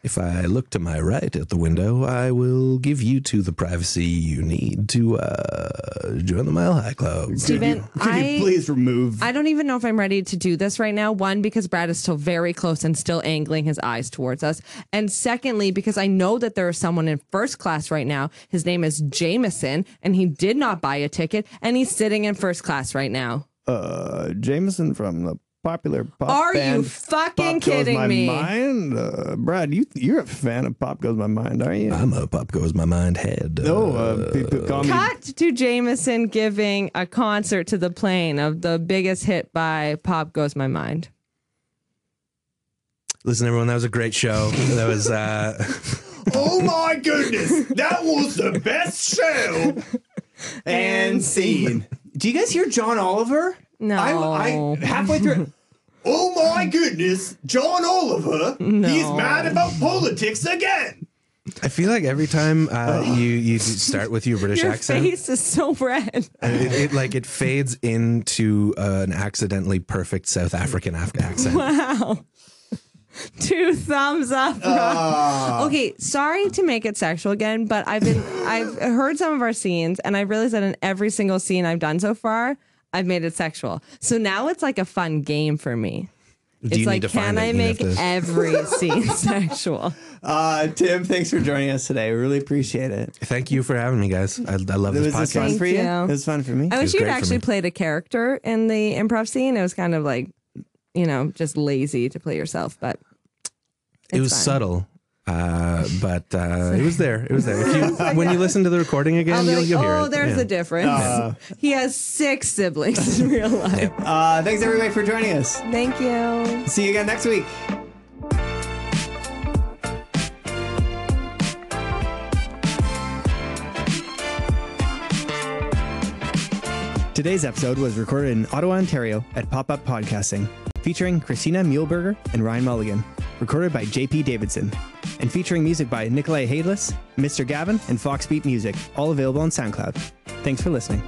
if I look to my right at the window, I will give you to the privacy you need to uh, join the Mile High Club.
Steven,
Could
I.
you please remove?
I don't even know if I'm ready to do this right now. One, because Brad is still very close and still angling his eyes towards us. And secondly, because I know that there is someone in first class right now. His name is Jameson, and he did not buy a ticket, and he's sitting in first class right now.
uh, Jameson from the popular pop
Are you
band
fucking
Pop Goes
kidding
My
me?
Mind. Uh, Brad, you you're a fan of Pop Goes My Mind, aren't you?
I'm a pop goes my mind head.
no, uh, people call me.
Cut to Jameson giving a concert to the plane of the biggest hit by Pop Goes My Mind.
Listen, everyone, that was a great show. That was uh,
Oh my goodness, that was the best show and scene. Do you guys hear John Oliver?
No.
I, I halfway through. Oh my goodness, John Oliver! He's mad about politics again.
I feel like every time uh,
Oh.
you you start with your British
Your
accent,
face is so red.
it, it like it fades into uh, an accidentally perfect South African af- accent.
Wow. Two thumbs up. Rob. okay, sorry to make it sexual again, but I've been I've heard some of our scenes and I realized that in every single scene I've done so far, I've made it sexual. So now it's like a fun game for me.
Do
it's
you
like,
need to
can
find it
I
even if
make
this-
every scene sexual?
Uh, Tim, thanks for joining us today. We really appreciate it.
Thank you for having me, guys. I, I love
It
this
was this
podcast.
fun for you?
you.
It was fun for me.
I wish
was
you'd
great for
actually
me.
played a character in the improv scene. It was kind of like, you know, just lazy to play yourself, but
it was
fine.
subtle, uh, but uh, it was there. It was there. If you, when you listen to the recording
I'll
again,
be
you'll,
like,
you'll hear
oh,
it.
there's
Yeah. Uh,
a difference. he has six siblings in real life.
Uh, thanks everybody for joining us.
Thank you.
See you again next week. Today's episode was recorded in Ottawa, Ontario at Pop Up Podcasting, featuring Christina Muehlberger and Ryan Mulligan, recorded by JP Davidson, and featuring music by Nikolai Hadeless, Mr. Gavin, and Foxbeat Music, all available on SoundCloud. Thanks for listening.